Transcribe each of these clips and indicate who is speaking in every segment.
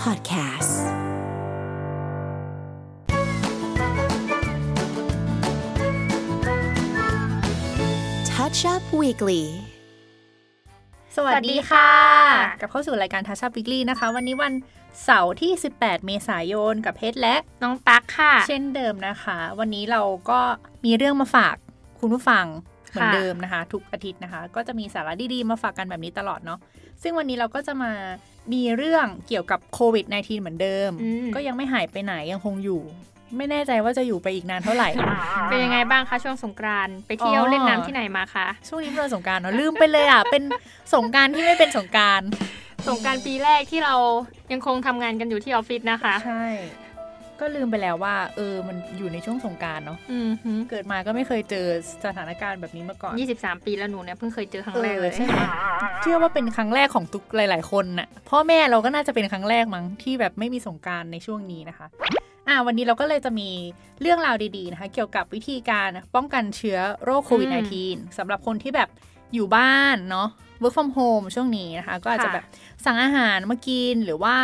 Speaker 1: Podcast Touch Up Weekly
Speaker 2: สวัสดีค่ะ กลับเข้าสู่รายการทัชชัพวิกลี่นะคะ วันนี้วันเสาร์ที่ 18 เมษายนกับเพชรและ
Speaker 3: น้องตั๊กค่ะ
Speaker 2: เช่นเดิมนะคะ วันนี้เราก็มีเรื่องมาฝากคุณผู้ฟังเหมือน
Speaker 3: ค่ะ
Speaker 2: เดิมนะคะ ทุกอาทิตย์นะคะ ก็จะมีสาระดีๆ มาฝากกันแบบนี้ตลอดเนาะซึ่งวันนี้เราก็จะมามีเรื่องเกี่ยวกับโควิด -19 เหมือนเดิม
Speaker 3: อืม
Speaker 2: ก็ยังไม่หายไปไหนยังคงอยู่ ไม่แน่ใจว่าจะอยู่ไปอีกนานเท่าไหร่
Speaker 3: เป็นยังไงบ้างคะช่วงสงกรานต์ไปเที่ยว
Speaker 2: อ๋อ
Speaker 3: เล่นน้ำที่ไหนมาคะ
Speaker 2: ช่วงนี้เป็นวันสงกรารเนาะลืมไปเลยอ่ะเป็นสงกรารที่ไม่เป็นสงกราร
Speaker 3: สงกรารปีแรกที่เรายังคงทำงานกันอยู่ที่ออฟฟิศนะคะ
Speaker 2: ใช่ ก็ลืมไปแล้วว่า เออ มันอยู่ในช่วงสงกรารเนาะ
Speaker 3: อืมหือ
Speaker 2: เกิดมาก็ไม่เคยเจอสถานการณ์แบบนี้มาก่อน
Speaker 3: 23 ปีแล้วหนูเนี่ยเพิ่งเคยเจอครั้งแร
Speaker 2: อ
Speaker 3: ก
Speaker 2: อ
Speaker 3: เลย
Speaker 2: ใช่ไหมเชื่อว่าเป็นครั้งแรกของทุกหลาย ๆ คนน่ะ พ่อแม่เราก็น่าจะเป็นครั้งแรกมั้งที่แบบไม่มีสงกรารในช่วงนี้นะคะ อ่า วันนี้เราก็เลยจะมีเรื่องราวดี ๆ นะคะ เกี่ยวกับวิธีการป้องกันเชื้อโรคโควิด -19 สำหรับคนที่แบบอยู่บ้านเนาะ work from home ช่วงนี้นะคะ ก็อาจจะแบบสั่งอาหารมากินหรือว่า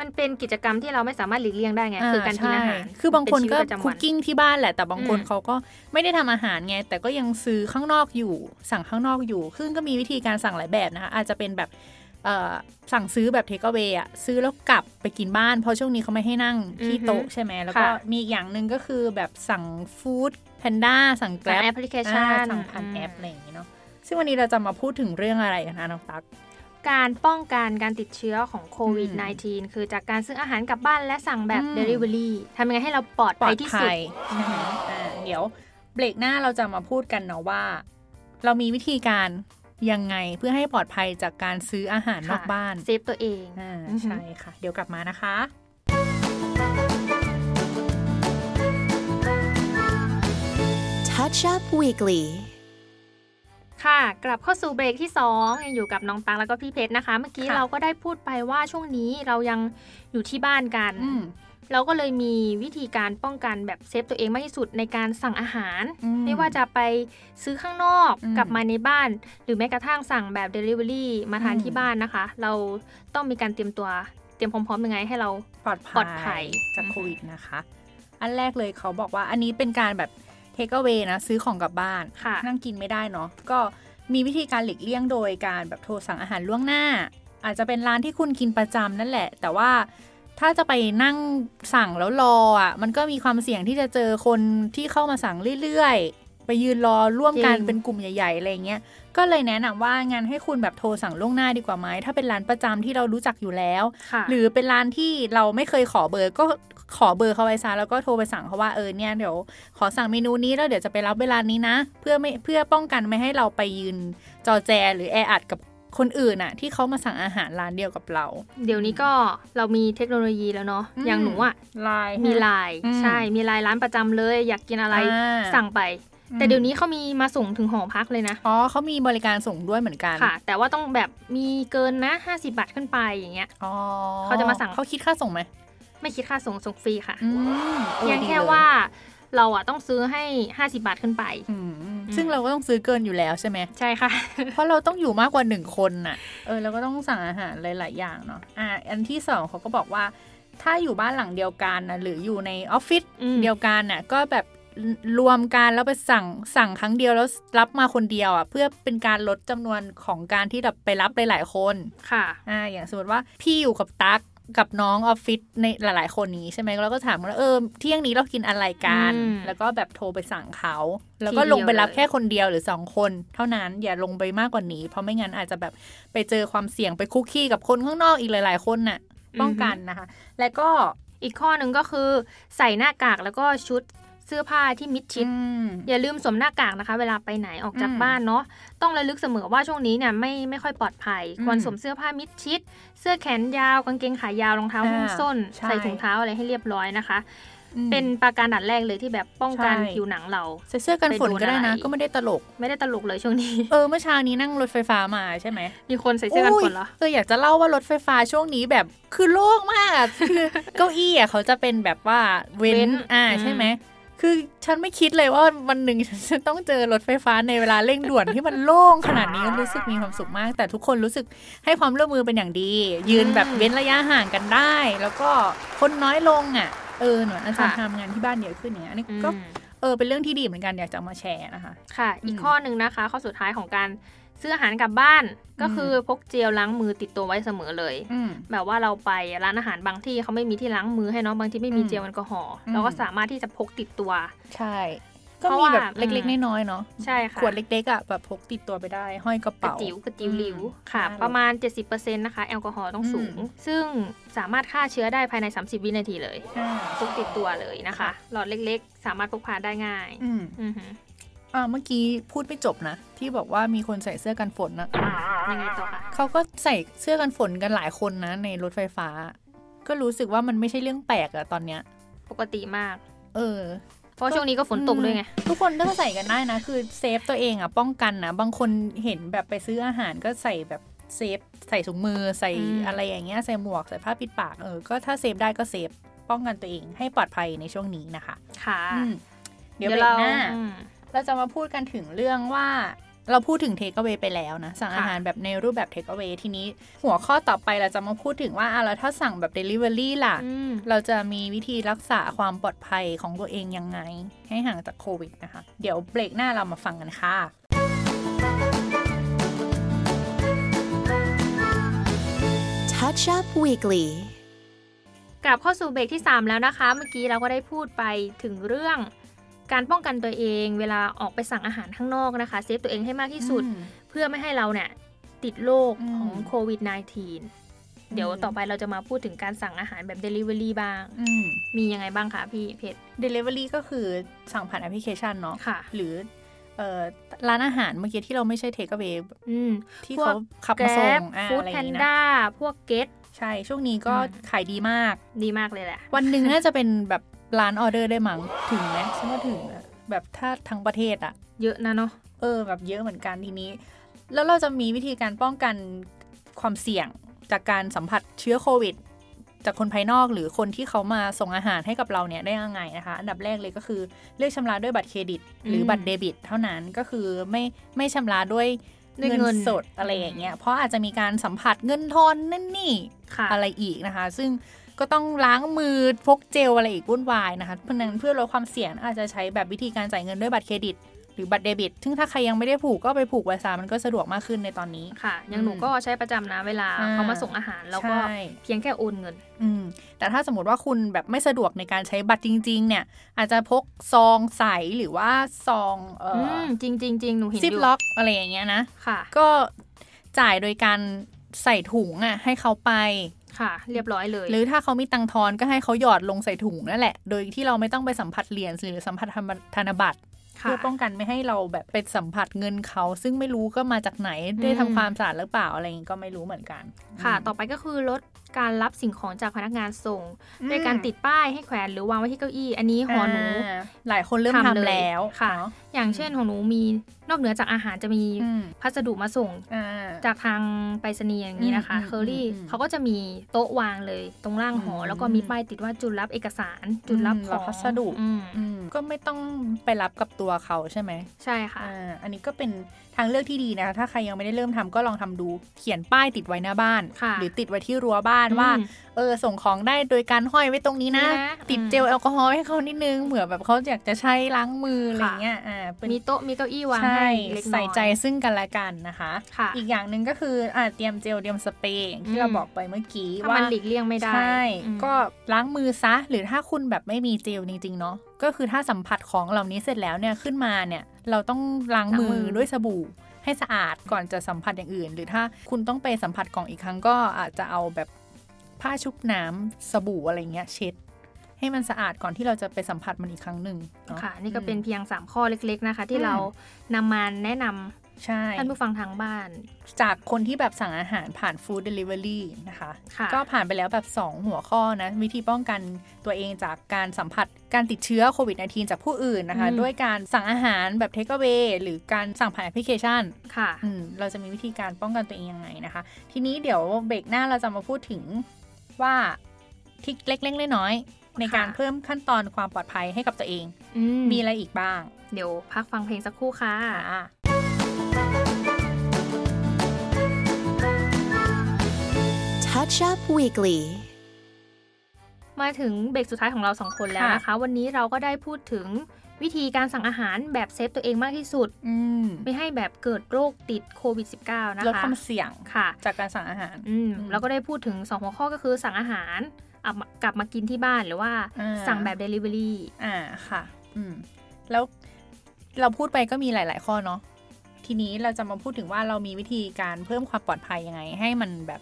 Speaker 3: มันเป็นกิจกรรมที่เราไม่สามารถหลีกเลี่ยงได้ไง คือการกินอาหาร
Speaker 2: ใช่คือบางคนก็
Speaker 3: เป็ชีวิตประจำ
Speaker 2: คุ
Speaker 3: วั
Speaker 2: ก
Speaker 3: น
Speaker 2: กิ้งที่บ้านแหละ แต่บางคน
Speaker 3: อืม
Speaker 2: เขาก็ไม่ได้ทำอาหารไง แต่ก็ยังซื้อข้างนอกอยู่ สั่งข้างนอกอยู่ ซึ่งก็มีวิธีการสั่งหลายแบบนะคะ อาจจะเป็นแบบเอ่อสั่งซื้อแบบเทคเวย์อะซื้อแล้วกลับไปกินบ้าน เพราะช่วงนี้เขาไม่ให้นั่งที่โต๊ะใช่ไหม แล้วก็มีอีกอย่างหนึ่งก็คือแบบสั่งฟู้ดแพนด้าสั่งแกร็
Speaker 3: แอป
Speaker 2: บ
Speaker 3: พลิเคชัน
Speaker 2: สั่งผ่านแอปอะไรอย่างงี้เนาะ ซึ่งวันนี้เราจะมาพูดถึงเรื่องอะไรกันนะน้องตั๊ก
Speaker 3: การป้องกันการติดเชื้อของโควิด
Speaker 2: อืม
Speaker 3: -19 คือจากการซื้ออาหารกลับบ้านและสั่งแบบ Delivery ทำยังไงให้เราปลอด
Speaker 2: ปล
Speaker 3: ภั
Speaker 2: อย ด
Speaker 3: ที่สุ
Speaker 2: ภั
Speaker 3: ด
Speaker 2: ยใช่ไหมอ่าเดี๋ยวเบรกหน้าเราจะมาพูดกันเนาะว่า เรามีวิธีการยังไงเพื่อให้ปลอดภัยจากการซื้ออาหารนอกบ้าน
Speaker 3: เซฟตัวเอง
Speaker 2: อ่า
Speaker 3: อือหือ
Speaker 2: ใช่ค่ะ เดี๋ยวกลับมานะคะ
Speaker 1: Touch Up Weekly
Speaker 3: ค่ะ กลับเข้าสู่เบรกที่ 2 ยังอยู่กับน้องตังแล้วก็พี่เพชรนะคะ เมื่อกี้
Speaker 2: ค่ะ
Speaker 3: เราก็ได้พูดไปว่าช่วงนี้เรายังอยู่ที่บ้านกัน
Speaker 2: อืม
Speaker 3: เราก็เลยมีวิธีการป้องกันแบบเซฟตัวเองมากที่สุดในการสั่งอาหาร
Speaker 2: อืม
Speaker 3: ไม่ว่าจะไปซื้อข้างนอก
Speaker 2: อืม
Speaker 3: กลับมาในบ้าน หรือแม้กระทั่งสั่งแบบ Delivery มาทาน
Speaker 2: อืม
Speaker 3: ที่บ้านนะคะ เราต้องมีการเตรียมตัวเตรียมพร้อมๆยังไงให้เรา
Speaker 2: ปลอดภัย
Speaker 3: ปลอดภัย
Speaker 2: จาก
Speaker 3: อืม
Speaker 2: โควิดนะคะ อันแรกเลยเขาบอกว่าอันนี้เป็นการแบบเทคเอา a y นะ ซื้อของกลับบ้าน
Speaker 3: ค่ะ
Speaker 2: นั่งกินไม่ได้เนาะ ก็มีวิธีการหลีกเลี่ยงโดยการแบบโทรสั่งอาหารล่วงหน้า อาจจะเป็นร้านที่คุณกินประจำนั่นแหละ แต่ว่าถ้าจะไปนั่งสั่งแล้วรออ่ะ มันก็มีความเสี่ยงที่จะเจอคนที่เข้ามาสั่งเรื่อยๆ ไปยืนรอร่วมกัน
Speaker 3: จริง
Speaker 2: เป็นกลุ่มใหญ่ๆอะไรเงี้ย ก็เลยแนะนำว่างั้นให้คุณแบบโทรสั่งล่วงหน้าดีกว่าไหมถ้าเป็นร้านประจำที่เรารู้จักอยู่แล้ว
Speaker 3: ค่ะ
Speaker 2: หรือเป็นร้านที่เราไม่เคยขอเบอร์ก็ขอเบอร์เขาไว้ซะแล้วก็โทรไปสั่งเขาว่าเออเนี่ยเดี๋ยวขอสั่งเมนูนี้แล้วเดี๋ยวจะไปรับเวลานี้นะ เพื่อไม่เพื่อป้องกันไม่ให้เราไปยืนจอแจหรือแออัดกับคนอื่นน่ะ ที่เขามาสั่งอาหารร้านเดียวกับเรา
Speaker 3: เดี๋ยวนี้ก็เรามีเทคโนโลยีแล้วเนาะ
Speaker 2: อืม
Speaker 3: อย่างหนูอะ
Speaker 2: ไลน์
Speaker 3: มีไลน์
Speaker 2: อืม
Speaker 3: ใช่มีไลน์ร้านประจำเลย อยากกินอะไร สั่งไป แต่เดี๋ยวนี้เขามีมาส่งถึงหอพักเลยนะ
Speaker 2: อ๋อเขามีบริการส่งด้วยเหมือนกัน
Speaker 3: ค่ะ แต่ว่าต้องแบบมีเกินนะ 50 บาทขึ้นไปอย่างเงี้ย
Speaker 2: อ๋อ
Speaker 3: เขาจะมาสั่ง
Speaker 2: เขาคิดค่าส่งไหม
Speaker 3: ไม่คิดค่าส่งส่งฟรีค่ะ
Speaker 2: อืมออ
Speaker 3: เพียง
Speaker 2: ดี
Speaker 3: แค่
Speaker 2: ล
Speaker 3: ว่าเราอ่ะต้องซื้อให้ 50 บาทขึ้นไป
Speaker 2: อืมซึ่งเราก็ต้องซื้อเกินอยู่แล้วใช่ไหม
Speaker 3: ใช่ค่ะ
Speaker 2: เพราะเราต้องอยู่มากกว่าหนึ่งคนน่ะ เออเราก็ต้องสั่งอาหารหลาย ๆ อย่างเนาะ อ่ะอันที่สองเขาก็บอกว่า ถ้าอยู่บ้านหลังเดียวกันนะหรืออยู่ในออฟฟิศ
Speaker 3: อืม
Speaker 2: เดียวกันน่ะก็แบบรวมกันแล้วไปสั่งสั่งครั้งเดียวแล้วรับมาคนเดียวอ่ะเพื่อเป็นการลดจำนวนของการที่แบบไปรับหลาย ๆ คน
Speaker 3: ค่ะ
Speaker 2: อ่าอย่างสมมติว่าพี่อยู่กับตั๊กกับน้องออฟฟิศในหลาย ๆ คนนี้ใช่ไหมแล้วก็ถามกันว่าเออเที่ยงนี้เรากินอะไรกัน
Speaker 3: อืม
Speaker 2: แล้วก็แบบโทรไปสั่งเขา แล้วก็
Speaker 3: ทีเดียว
Speaker 2: ลงไปรับ
Speaker 3: เลย
Speaker 2: แค่คนเดียวหรือสองคน เท่านั้นอย่าลงไปมากกว่านี้ เพราะไม่งั้นอาจจะแบบไปเจอความเสี่ยงไปคุกคีกับคนข้างนอกอีกหลาย ๆ คนน่ะ ป้องกันนะคะ และก็
Speaker 3: อีกข้อหนึ่งก็คือ ใส่หน้ากากแล้วก็ชุดเสื้อผ้าที่มิดชิด
Speaker 2: อืม
Speaker 3: อย่าลืมสวมหน้ากากนะคะ เวลาไปไหนออกจาก
Speaker 2: อืม
Speaker 3: บ้านเนาะต้องระลึกเสมอว่าช่วงนี้เนี่ยไม่ไม่ค่อยปลอดภัย
Speaker 2: อืม
Speaker 3: ควรสวมเสื้อผ้ามิดชิด เสื้อแขนยาวกางเกงขายาวรองเท้าหุ้ม
Speaker 2: อ่า
Speaker 3: ส้น
Speaker 2: ใช่
Speaker 3: ใส่ถุงเท้าอะไรให้เรียบร้อยนะคะ
Speaker 2: อืม
Speaker 3: เป็นประการดันแรกเลยที่แบบป้องกัน
Speaker 2: ใช่
Speaker 3: ผิวหนังเรา
Speaker 2: ใส่เสื้อกันฝนก็ได้นะ
Speaker 3: ไปโดนอะไร
Speaker 2: ก็ไม่ได้ตลก
Speaker 3: ไม่ได้ตลกเลยช่วงนี้
Speaker 2: เออเมื่อเช้านี้นั่งรถไฟฟ้ามาใช่ไหม
Speaker 3: มีคนใส่เสื้อกันฝนเหรอ
Speaker 2: ยเอออยากจะเล่าว่ารถไฟฟ้าช่วงนี้แบบ คือโล่งมากอะ คือเก้าอี้อ่ะเขาจะเป็นแบบว่าเว้
Speaker 3: เว้
Speaker 2: น
Speaker 3: น
Speaker 2: อ่า
Speaker 3: อืม
Speaker 2: ใช่ไหม คือฉันไม่คิดเลยว่าวันหนึ่งฉันจะต้องเจอรถไฟฟ้าในเวลาเร่งด่วนที่มันโล่งขนาดนี้รู้สึกมีความสุขมาก แต่ทุกคนรู้สึกให้ความร่วมมือเป็นอย่างดี ยืนแบบเว้นระยะห่างกันได้ แล้วก็คนน้อยลงอ่ะเออหน่วยอาจารย์
Speaker 3: ค่ะ
Speaker 2: ทำงานที่บ้านเยอะขึ้นอย่างเนี้ยอันนี้
Speaker 3: อืม
Speaker 2: ก็เออเป็นเรื่องที่ดีเหมือนกันอยากจะเอามาแชร์นะคะ
Speaker 3: ค่ะ อีก
Speaker 2: อืม
Speaker 3: ข้อหนึ่งนะคะ ข้อสุดท้ายของการซื้ออาหารกลับบ้าน ก็คือพกเจลล้างมือติดตัวไว้เสมอเลย
Speaker 2: ืม
Speaker 3: แบบว่าเราไปร้านอาหารบางที่เขาไม่มีที่ล้างมือให้เนาะบางที่ไม่มี
Speaker 2: อืม
Speaker 3: เจลแอลกอฮอล์
Speaker 2: อืม
Speaker 3: เราก็สามารถที่จะพกติดตัว
Speaker 2: ใช่ ก็
Speaker 3: เพราะ
Speaker 2: มี
Speaker 3: ว่า
Speaker 2: แบบเล็กๆน้อยๆเนาะ
Speaker 3: ใช่ค่ะ
Speaker 2: ขวดเล็กๆอ่ะแบบพกติดตัวไปได้ ห้อยกระ
Speaker 3: กระ
Speaker 2: เป๋า
Speaker 3: จิ๋วกระจิ๋วหลิว
Speaker 2: อืม
Speaker 3: ค่ะ
Speaker 2: ได้เลย
Speaker 3: ประมาณ 70%นะคะแอลกอฮอล์ต้องสูง
Speaker 2: อืม
Speaker 3: ซึ่งสามารถฆ่าเชื้อได้ภายใน 30 วินาทีเลย
Speaker 2: อ่า
Speaker 3: พกติดตัวเลยนะคะ
Speaker 2: ค่ะ
Speaker 3: หลอดเล็กๆ สามารถพกพาได้ง่าย
Speaker 2: อืม
Speaker 3: อือหือ
Speaker 2: อ่าเมื่อกี้พูดไม่จบนะ ที่บอกว่ามีคนใส่เสื้อกันฝนนะ
Speaker 3: ยังไงต่อคะ
Speaker 2: เขาก็ใส่เสื้อกันฝนกันหลายคนนะ ในรถไฟฟ้า ก็รู้สึกว่ามันไม่ใช่เรื่องแปลกอะตอนเนี้ย
Speaker 3: ปกติมาก
Speaker 2: เออ
Speaker 3: เพราะช่วงนี้ก็ฝนตกด้วยไง
Speaker 2: ทุกคนก็ใส่กันได้นะ คือเซฟตัวเองอะป้องกันนะบางคนเห็นแบบไปซื้ออาหารก็ใส่แบบเซฟใส่ถุงมือใส่
Speaker 3: อืม
Speaker 2: อะไรอย่างเงี้ยใส่หมวกใส่ผ้าปิดปากเออก็ถ้าเซฟได้ก็เซฟป้องกันตัวเองให้ปลอดภัยในช่วงนี้นะคะ
Speaker 3: ค่ะ
Speaker 2: อืมเดี๋ยวเบรกหน้า เราจะมาพูดกันถึงเรื่องว่าเราพูดถึง take away ไปแล้วนะ สั่ง
Speaker 3: ค่ะ
Speaker 2: อาหารแบบในรูปแบบ take away ทีนี้ หัวข้อต่อไปเราจะมาพูดถึงว่าอ่ะแล้วถ้าสั่งแบบ delivery ล่ะ
Speaker 3: อืม
Speaker 2: เราจะมีวิธีรักษาความปลอดภัยของตัวเองยังไง ให้ห่างจากโควิดนะคะ เดี๋ยวเบรกหน้าเรามาฟังกันค่ะ
Speaker 1: Touch Up Weekly.
Speaker 3: กลับเข้าสู่เบรกที่ 3 แล้วนะคะ เมื่อกี้เราก็ได้พูดไปถึงเรื่อง การป้องกันตัวเองเวลาออกไปสั่งอาหารข้างนอกนะคะ เซฟตัวเองให้มากที่สุด
Speaker 2: อืม
Speaker 3: เพื่อไม่ให้เราเนี่ยติดโรค
Speaker 2: อืม
Speaker 3: ของโควิด -19 เดี๋ยว
Speaker 2: อืม
Speaker 3: ต่อไปเราจะมาพูดถึงการสั่งอาหารแบบ Delivery บ้าง
Speaker 2: อืม
Speaker 3: มียังไงบ้างคะพี่เพชร
Speaker 2: delivery ก็คือสั่งผ่านแอปพลิเคชันเนาะ
Speaker 3: ค่ะ
Speaker 2: หรือเอ่อร้านอาหารเมื่อกี้ที่เราไม่ใช่ take away
Speaker 3: อืม
Speaker 2: ที่
Speaker 3: พวก
Speaker 2: เขาขับ
Speaker 3: แก
Speaker 2: มาส่
Speaker 3: ร็
Speaker 2: ง
Speaker 3: บ
Speaker 2: อ่ะ
Speaker 3: ฟู้ด
Speaker 2: อะไรอ
Speaker 3: แพ
Speaker 2: ย่าง
Speaker 3: น
Speaker 2: งี้นะ
Speaker 3: ด้าพวกเกต
Speaker 2: ใช่ช่วงนี้ก็
Speaker 3: อืม
Speaker 2: ขายดีมาก
Speaker 3: ดีมากเลยแหละ
Speaker 2: วันหนึ่งน่าจะเป็นแบบร้านออเดอร์ได้มั้งถึงไหมฉันว่าถึงอะแบบถ้าทั้งประเทศอะ
Speaker 3: เยอะนะเนาะ
Speaker 2: เออแบบเยอะเหมือนกันทีนี้ แล้วเราจะมีวิธีการป้องกันความเสี่ยงจากการสัมผัสเชื้อโควิด จากคนภายนอกหรือคนที่เขามาส่งอาหารให้กับเราเนี่ยได้ยังไงนะคะ อันดับแรกเลยก็คือเลือกชำระด้วยบัตรเครดิต หรืออ
Speaker 3: ม
Speaker 2: บัตรเดบิต เท่านั้นก็คือไม่ไม่ชำระด้วย
Speaker 3: ด้วยเงิน
Speaker 2: สดอะไรอย่างเงี้ยเพราะอาจจะมีการสัมผัสเงินทอนนั่นนี่
Speaker 3: ค่ะ
Speaker 2: อะไรอีกนะคะ ซึ่งก็ต้องล้างมือพกเจลอะไรอีกวุ่นวายนะคะเพราะฉะนั้นเพื่อลดความเสี่ยงอาจจะใช้แบบวิธีการจ่ายเงินด้วยบัตรเครดิต หรือบัตรเดบิต ซึ่งถ้าใครยังไม่ได้ผูกก็ไปผูกไว้ซะมันก็สะดวกมากขึ้นในตอนนี้
Speaker 3: ค่ะ อย่างหนู
Speaker 2: อืม
Speaker 3: ก็ใช้ประจำนะเวลา
Speaker 2: อ่า
Speaker 3: เขามาส่งอาหารเราก็
Speaker 2: ใช่
Speaker 3: เพียงแค่โอนเงิน
Speaker 2: อืมแต่ถ้าสมมติว่าคุณแบบไม่สะดวกในการใช้บัตรจริง ๆ เนี่ย อาจจะพกซองใสหรือว่าซองเอ่
Speaker 3: อื
Speaker 2: อ
Speaker 3: มจริงจริงจริงหนูเห็น
Speaker 2: ซิป
Speaker 3: ยู่
Speaker 2: ล็อกอะไรอย่างเงี้ยนะ
Speaker 3: ค่ะ
Speaker 2: ก็จ่ายโดยการใส่ถุงอ่ะให้เขาไป
Speaker 3: ค่ะ เรียบร้อยเลย
Speaker 2: หรือถ้าเขามีตังค์ทอนก็ให้เขาหยอดลงใส่ถุงนั่นแหละ โดยที่เราไม่ต้องไปสัมผัสเหรียญหรือสัมผัสธนบัตร
Speaker 3: ค่ะ
Speaker 2: เพื่อป้องกันไม่ให้เราแบบไปสัมผัสเงินเขา ซึ่งไม่รู้ก็มาจากไหน
Speaker 3: อืม
Speaker 2: ได้ทำความสะอาดหรือเปล่าอะไรอย่างงี้ก็ไม่รู้เหมือนกัน
Speaker 3: ค่ะ
Speaker 2: ม
Speaker 3: ต่อไปก็คือลดการรับสิ่งของจากพนักงานส่ง
Speaker 2: อืม
Speaker 3: ด้วยการติดป้ายให้แขวนหรือวางไว้ที่เก้าอี้ อันนี้หอหนู
Speaker 2: าหลายคนเริ่มทำ
Speaker 3: ทำเลย
Speaker 2: แล้ว
Speaker 3: ค่ะ
Speaker 2: เนอะ
Speaker 3: อย่างเช่นของหนูมีนอกเหนือจากอาหารจะมี
Speaker 2: อืม
Speaker 3: พัสดุมาส่ง
Speaker 2: อ่า
Speaker 3: จากทางไปรษณีย์อย่างนี้นะคะ
Speaker 2: อืม
Speaker 3: เคอรี่
Speaker 2: อืม
Speaker 3: เขาก็จะมีโต๊ะวางเลยตรงล่างหอ
Speaker 2: อืม
Speaker 3: แล้วก็มีป้ายติดว่าจุดรับเอกสาร จุดรับ
Speaker 2: อืม
Speaker 3: ข
Speaker 2: รั
Speaker 3: อบ ง
Speaker 2: พัสดุ
Speaker 3: อืม
Speaker 2: อืมก็ไม่ต้องไปรับกับตัวเขาใช่ไหม
Speaker 3: ใช่ค่ะ
Speaker 2: อ่าอันนี้ก็เป็นทางเลือกที่ดีนะคะถ้าใครยังไม่ได้เริ่มทำก็ลองทำดูเขียนป้ายติดไว้หน้าบ้าน
Speaker 3: ค่ะ
Speaker 2: หรือติดไว้ที่รั้วบ้านว่า
Speaker 3: อืม
Speaker 2: เออส่งของได้โดยการห้อยไว้ตรงนี้นะ
Speaker 3: นี่นะ
Speaker 2: ติด
Speaker 3: อืม
Speaker 2: เจลแอลกอฮอล์ให้เขานิดนึงเหมือนแบบเขาอยากจะใช้ล้างมืออะไร
Speaker 3: ค่ะ
Speaker 2: เงี้ยอ่าเป็น
Speaker 3: มีโต๊ะมีเก้าอี้วาง
Speaker 2: ใช่
Speaker 3: ให้เล็กน้อย
Speaker 2: ใส่ใจซึ่งกันและกันนะคะ
Speaker 3: ค่ะ
Speaker 2: อีกอย่างหนึ่งก็คืออ่าเตรียมเจลเตรียมสเปรย์อย่างที่
Speaker 3: อืม
Speaker 2: เราบอกไปเมื่อกี้
Speaker 3: ถ้า
Speaker 2: ว่า
Speaker 3: มันหลีกเลี่ยงไม่ได้
Speaker 2: ใช่
Speaker 3: อืม
Speaker 2: ก็ล้างมือซะ หรือถ้าคุณแบบไม่มีเจลจริงๆเนาะก็คือถ้าสัมผัสของเหล่านี้เสร็จแล้วเนี่ยขึ้นมาเนี่ยเราต้องล้างมือด้วยสบู่ ให้สะอาดก่อนจะสัมผัสอย่างอื่น หรือถ้าคุณต้องไปสัมผัสของอีกครั้งก็อาจจะเอาแบบผ้าชุบน้ำสบู่อะไรเงี้ยเช็ด ให้มันสะอาดก่อนที่เราจะไปสัมผัสมันอีกครั้งหนึ่งเนา
Speaker 3: ค่ะ นี่ก็เป็นเพียง 3 ข้อเล็กๆนะคะ ที่เรานำมาแนะนำ
Speaker 2: ใช่
Speaker 3: ท่านผู้ฟังทางบ้าน
Speaker 2: จากคนที่แบบสั่งอาหารผ่านฟู้ดเดลิเวอรี่นะคะ
Speaker 3: ค่ะ
Speaker 2: ก็ผ่านไปแล้วแบบ 2 หัวข้อนะ วิธีป้องกันตัวเองจากการสัมผัสการติดเชื้อโควิด -19 จากผู้อื่นนะคะ
Speaker 3: อืม
Speaker 2: ด้วยการสั่งอาหารแบบเทคเว a y หรือการสั่งผ่านแอปพลิเคชัน
Speaker 3: ค่ะ
Speaker 2: อืมเราจะมีวิธีการป้องกันตัวเองยังไงนะคะ ทีนี้เดี๋ยวเบรกหน้าเราจะมาพูดถึงว่าทริกเล็กๆน้อยๆ ในการ
Speaker 3: ค่ะ
Speaker 2: เพิ่มขั้นตอนความปลอดภัยให้กับตัวเอง
Speaker 3: อื
Speaker 2: มีอะไรอีกบ้าง
Speaker 3: เดี๋ยวพักฟังเพลงสักครู่ค่ะ
Speaker 2: อ่า
Speaker 1: Touch Up Weekly.
Speaker 3: มาถึงเบรกสุดท้ายของเราสองคนแล้วนะคะ วันนี้เราก็ได้พูดถึงวิธีการสั่งอาหารแบบเซฟตัวเองมากที่สุด
Speaker 2: อืม
Speaker 3: ไม่ให้แบบเกิดโรคติดโควิด -19 นะคะ
Speaker 2: ลดความเสี่ยง
Speaker 3: ค่ะ
Speaker 2: จากการสั่งอาหาร
Speaker 3: อืม
Speaker 2: อืม
Speaker 3: เราก็ได้พูดถึง 2 หัวข้อก็คือสั่งอาหารเอามากลับมากินที่บ้านหรือว่า
Speaker 2: อ่า
Speaker 3: สั่งแบบ Delivery
Speaker 2: อ่าค่ะ อืม แล้วเราพูดไปก็มีหลาย ๆ ข้อเนาะ ทีนี้เราจะมาพูดถึงว่าเรามีวิธีการเพิ่มความปลอดภัยยังไง ให้มันแบบ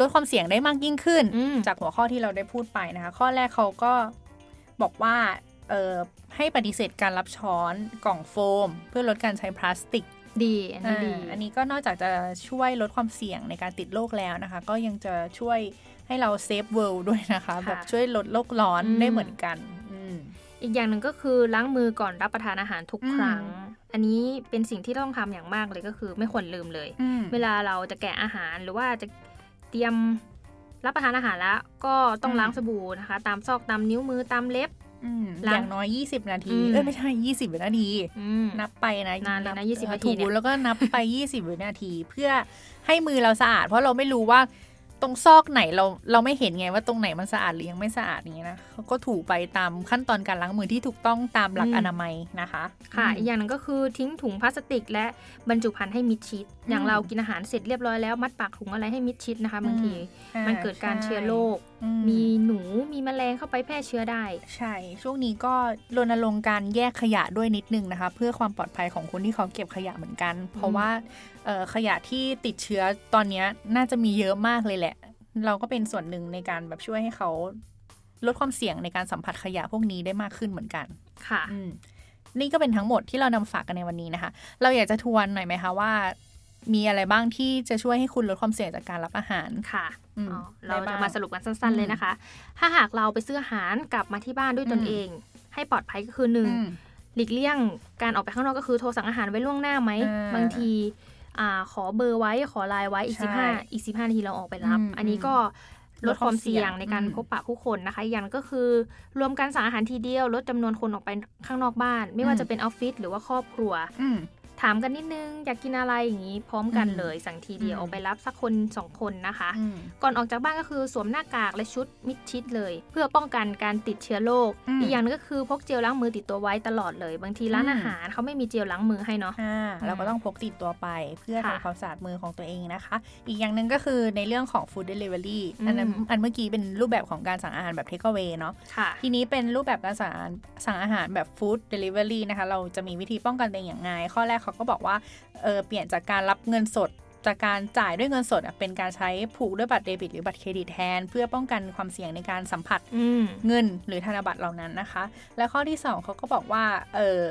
Speaker 2: ลดความเสี่ยงได้มากยิ่งขึ้น
Speaker 3: อืม
Speaker 2: จากหัวข้อที่เราได้พูดไปนะคะ ข้อแรกเขาก็บอกว่า เออให้ปฏิเสธการรับช้อนกล่องโฟม เพื่อลดการใช้พลาสติก
Speaker 3: ดีอันนี้ดี
Speaker 2: อ่าอันนี้ก็นอกจากจะช่วยลดความเสี่ยงในการติดโรคแล้วนะคะ ก็ยังจะช่วยให้เราเซฟเวิลด์ด้วยนะคะ
Speaker 3: ะ
Speaker 2: แบบช่วยลดโลกร้อน
Speaker 3: อืม
Speaker 2: ได้เหมือนกันอืม
Speaker 3: อีกอย่างหนึ่งก็คือล้างมือก่อนรับประทานอาหารทุก
Speaker 2: อืม
Speaker 3: ครั้ง อันนี้เป็นสิ่งที่ต้องทำอย่างมากเลยก็คือไม่ควรลืมเลย
Speaker 2: อืม
Speaker 3: เวลาเราจะแกะอาหารหรือว่าจะเตรียมรับประทานอาหารแล้ว ก็ต้อง
Speaker 2: อืม
Speaker 3: ล้างสบู่นะคะ ตามซอกตามนิ้วมือตามเล็บ
Speaker 2: อืม
Speaker 3: ล้าง
Speaker 2: อย่างน้อย 20 นาที
Speaker 3: อืม
Speaker 2: เอ้ย ไม่ใช่ 20 วินาที
Speaker 3: อืม
Speaker 2: นับไปนะ
Speaker 3: นานเลยนะ
Speaker 2: บ
Speaker 3: 20นาทีเนี่ย
Speaker 2: ถูแล้วก็นับไป 20 วินาที เพื่อให้มือเราสะอาด เพราะเราไม่รู้ว่าตรงซอกไหนเราเราไม่เห็นไงว่าตรงไหนมันสะอาดหรือยังไม่สะอาดอย่างเงี้ยนะเขาก็ถูไปตามขั้นตอนการล้างมือที่ถูกต้องตามหลักอนามัยนะคะ
Speaker 3: ค่ะ
Speaker 2: อืม
Speaker 3: อีกอย่างหนึงก็คือทิ้งถุงพลาสติก และบรรจุภัณฑ์ให้มิดชิด
Speaker 2: อืม
Speaker 3: อย่างเรากินอาหารเสร็จเรียบร้อยแล้วมัดปากถุงอะไรให้มิดชิดนะคะ
Speaker 2: อืม
Speaker 3: บางที
Speaker 2: อ่า
Speaker 3: มันเกิดการเชื้อโรค
Speaker 2: อื
Speaker 3: มีหนูมีแมลงเข้าไปแพร่เชื้อได้
Speaker 2: ใช่ ช่วงนี้ก็รณรงค์การแยกขยะด้วยนิดนึงนะคะ เพื่อความปลอดภัยของคนที่เขาเก็บขยะเหมือนกัน เพราะว่าเอ่อขยะที่ติดเชื้อตอนเนี้ยน่าจะมีเยอะมากเลยแหละ เราก็เป็นส่วนหนึ่งในการแบบช่วยให้เขาลดความเสี่ยงในการสัมผัสขยะพวกนี้ได้มากขึ้นเหมือนกัน
Speaker 3: ค่ะ
Speaker 2: อืมนี่ก็เป็นทั้งหมดที่เรานำฝากกันในวันนี้นะคะ เราอยากจะทวนหน่อยไหมคะว่า มีอะไรบ้างที่จะช่วยให้คุณลดความเสี่ยงจากการรับอาหาร
Speaker 3: ค่ะ
Speaker 2: อืม
Speaker 3: อ๋อเรา
Speaker 2: ได้บ้
Speaker 3: จะ
Speaker 2: ง
Speaker 3: มาสรุปกันสั้น
Speaker 2: อืม
Speaker 3: ๆเลยนะคะ ถ้าหากเราไปซื้ออาหารกลับมาที่บ้านด้วยตน
Speaker 2: อืม
Speaker 3: เอง ให้ปลอดภัยก็คือหนึ่ง
Speaker 2: อืม
Speaker 3: หลีกเลี่ยงการออกไปข้างนอกก็คือโทรสั่งอาหารไว้ล่วงหน้าไหม
Speaker 2: อ่า
Speaker 3: บางทีอาขอเบอร์ไว้ขอไลน์ไว้อีก
Speaker 2: ใช่
Speaker 3: 15อีก15นาทีเราออกไปรับ
Speaker 2: อืม
Speaker 3: อันนี้ก็ลดความเสี่ยงในการ
Speaker 2: อืม
Speaker 3: พบปะผู้คนนะคะอีกอย่างก็คือ รวมการสั่งอาหารทีเดียวลดจำนวนคนออกไปข้างนอกบ้าน ไม่ว่าจะเป็นออฟฟิศหรือว่าครอบครัว
Speaker 2: อืม
Speaker 3: ถามกันนิดนึงอยากกินอะไรอย่างนี้พร้อมกัน
Speaker 2: อืม
Speaker 3: เลยสั่งทีเดียว
Speaker 2: อืม
Speaker 3: ออกไปรับสักคนสองคนนะคะ
Speaker 2: อืม
Speaker 3: ก่อนออกจากบ้านก็คือสวมหน้ากากและชุดมิดชิดเลย เพื่อป้องกันการติดเชื้อโรค
Speaker 2: อืม
Speaker 3: อีกอย่างหนึงก็คือพกเจลล้างมือติดตัวไว้ตลอดเลย บางทีร้าน
Speaker 2: อืม
Speaker 3: อาหารเขาไม่มีเจลล้างมือให้เนาะ
Speaker 2: อ่าเราก็ต้องพกติดตัวไปเพื่อ
Speaker 3: ค่ะ
Speaker 2: ทำความสะอาดมือของตัวเองนะคะ อีกอย่างหนึ่งก็คือในเรื่องของ food delivery
Speaker 3: อืม
Speaker 2: อันนั้นอันเมื่อกี้เป็นรูปแบบของการสั่งอาหารแบบ take away เนาะ
Speaker 3: ค่ะ
Speaker 2: ทีนี้เป็นรูปแบบการสั่งอาหารสั่งอาหารแบบ food delivery นะคะ เราจะมีวิธีป้องกันตัวเองอย่างไง ข้อแรกเขาก็บอกว่าเออเปลี่ยนจากการรับเงินสด จากการจ่ายด้วยเงินสดอะเป็นการใช้ผูกด้วยบัตรเดบิตหรือบัตรเครดิตแทน เพื่อป้องกันความเสี่ยงในการสัมผัส
Speaker 3: อืม
Speaker 2: เงินหรือธนบัตรเหล่านั้นนะคะ และข้อที่ 2เขาก็บอกว่าเออ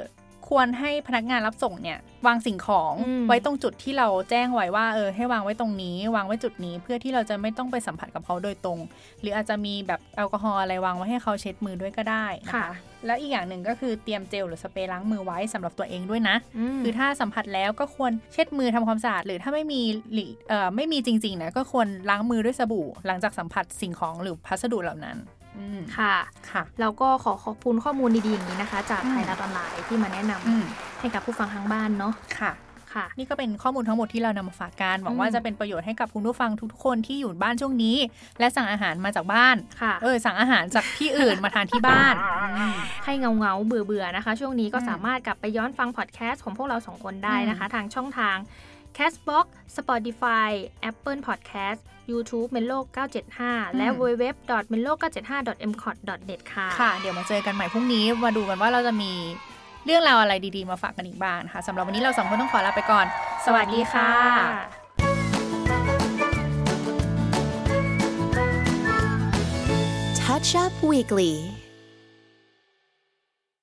Speaker 2: ควรให้พนักงานรับส่งเนี่ยวางสิ่งของ
Speaker 3: อืม
Speaker 2: ไว้ตรงจุดที่เราแจ้งไว้ว่าเออให้วางไว้ตรงนี้ วางไว้จุดนี้เพื่อที่เราจะไม่ต้องไปสัมผัสกับเขาโดยตรง หรืออาจจะมีแบบแอลกอฮอล์อะไรวางไว้ให้เขาเช็ดมือด้วยก็ได้นะ
Speaker 3: ค่ะ
Speaker 2: คะแล้วอีกอย่างหนึ่งก็คือเตรียมเจลหรือสเปรย์ล้างมือไว้สำหรับตัวเองด้วยนะ
Speaker 3: ม
Speaker 2: คือถ้าสัมผัสแล้วก็ควรเช็ดมือทำความสะอาดหรือถ้าไม่มีหรือเอ่อไม่มีจริงๆนะก็ควรล้างมือด้วยสบู่ หลังจากสัมผัสสิ่งของหรือพัสดุเหล่านั้นอืม
Speaker 3: ค่ะ
Speaker 2: ค่ะ
Speaker 3: เราก็ขอขอบคุณข้อมูลดีๆอย่างนี้นะคะ จาก
Speaker 2: อืม
Speaker 3: ไทยรัฐออนไลน์ที่มาแนะนำ
Speaker 2: อืม
Speaker 3: ให้กับผู้ฟังทางบ้านเนาะ
Speaker 2: ค่ะ
Speaker 3: ค่ะ
Speaker 2: นี่ก็เป็นข้อมูลทั้งหมดที่เรานำมาฝากกันหวังว่า
Speaker 3: อืม
Speaker 2: จะเป็นประโยชน์ให้กับคุณผู้ฟังทุกๆคนที่อยู่บ้านช่วงนี้ และสั่งอาหารมาจากบ้าน
Speaker 3: ค่ะ
Speaker 2: เออ สั่งอาหารจากที่อื่นมาทานที่บ้านอืม
Speaker 3: ให้เงาเงาๆเบื่อเบื่อๆนะคะ ช่วงนี้ก็
Speaker 2: อืม
Speaker 3: สามารถกลับไปย้อนฟังพอดแคสต์ของพวกเราสองคนได้นะคะ ทางช่องทาง Castbox Spotify Apple Podcast YouTube Melo 975 และ
Speaker 2: อืม
Speaker 3: w w w m e l o 9 7 5 m c o t n e t ค่ะ
Speaker 2: ค่ะ เดี๋ยวมาเจอกันใหม่พรุ่งนี้ มาดูกันว่าเราจะมีเรื่องราวอะไรดีๆ มาฝากกันอีกบ้างนะคะสำหรับวันนี้เราสองคนต้องขอลาไปก่อน
Speaker 3: สวัสดีค่ะ
Speaker 1: Touch Up Weekly.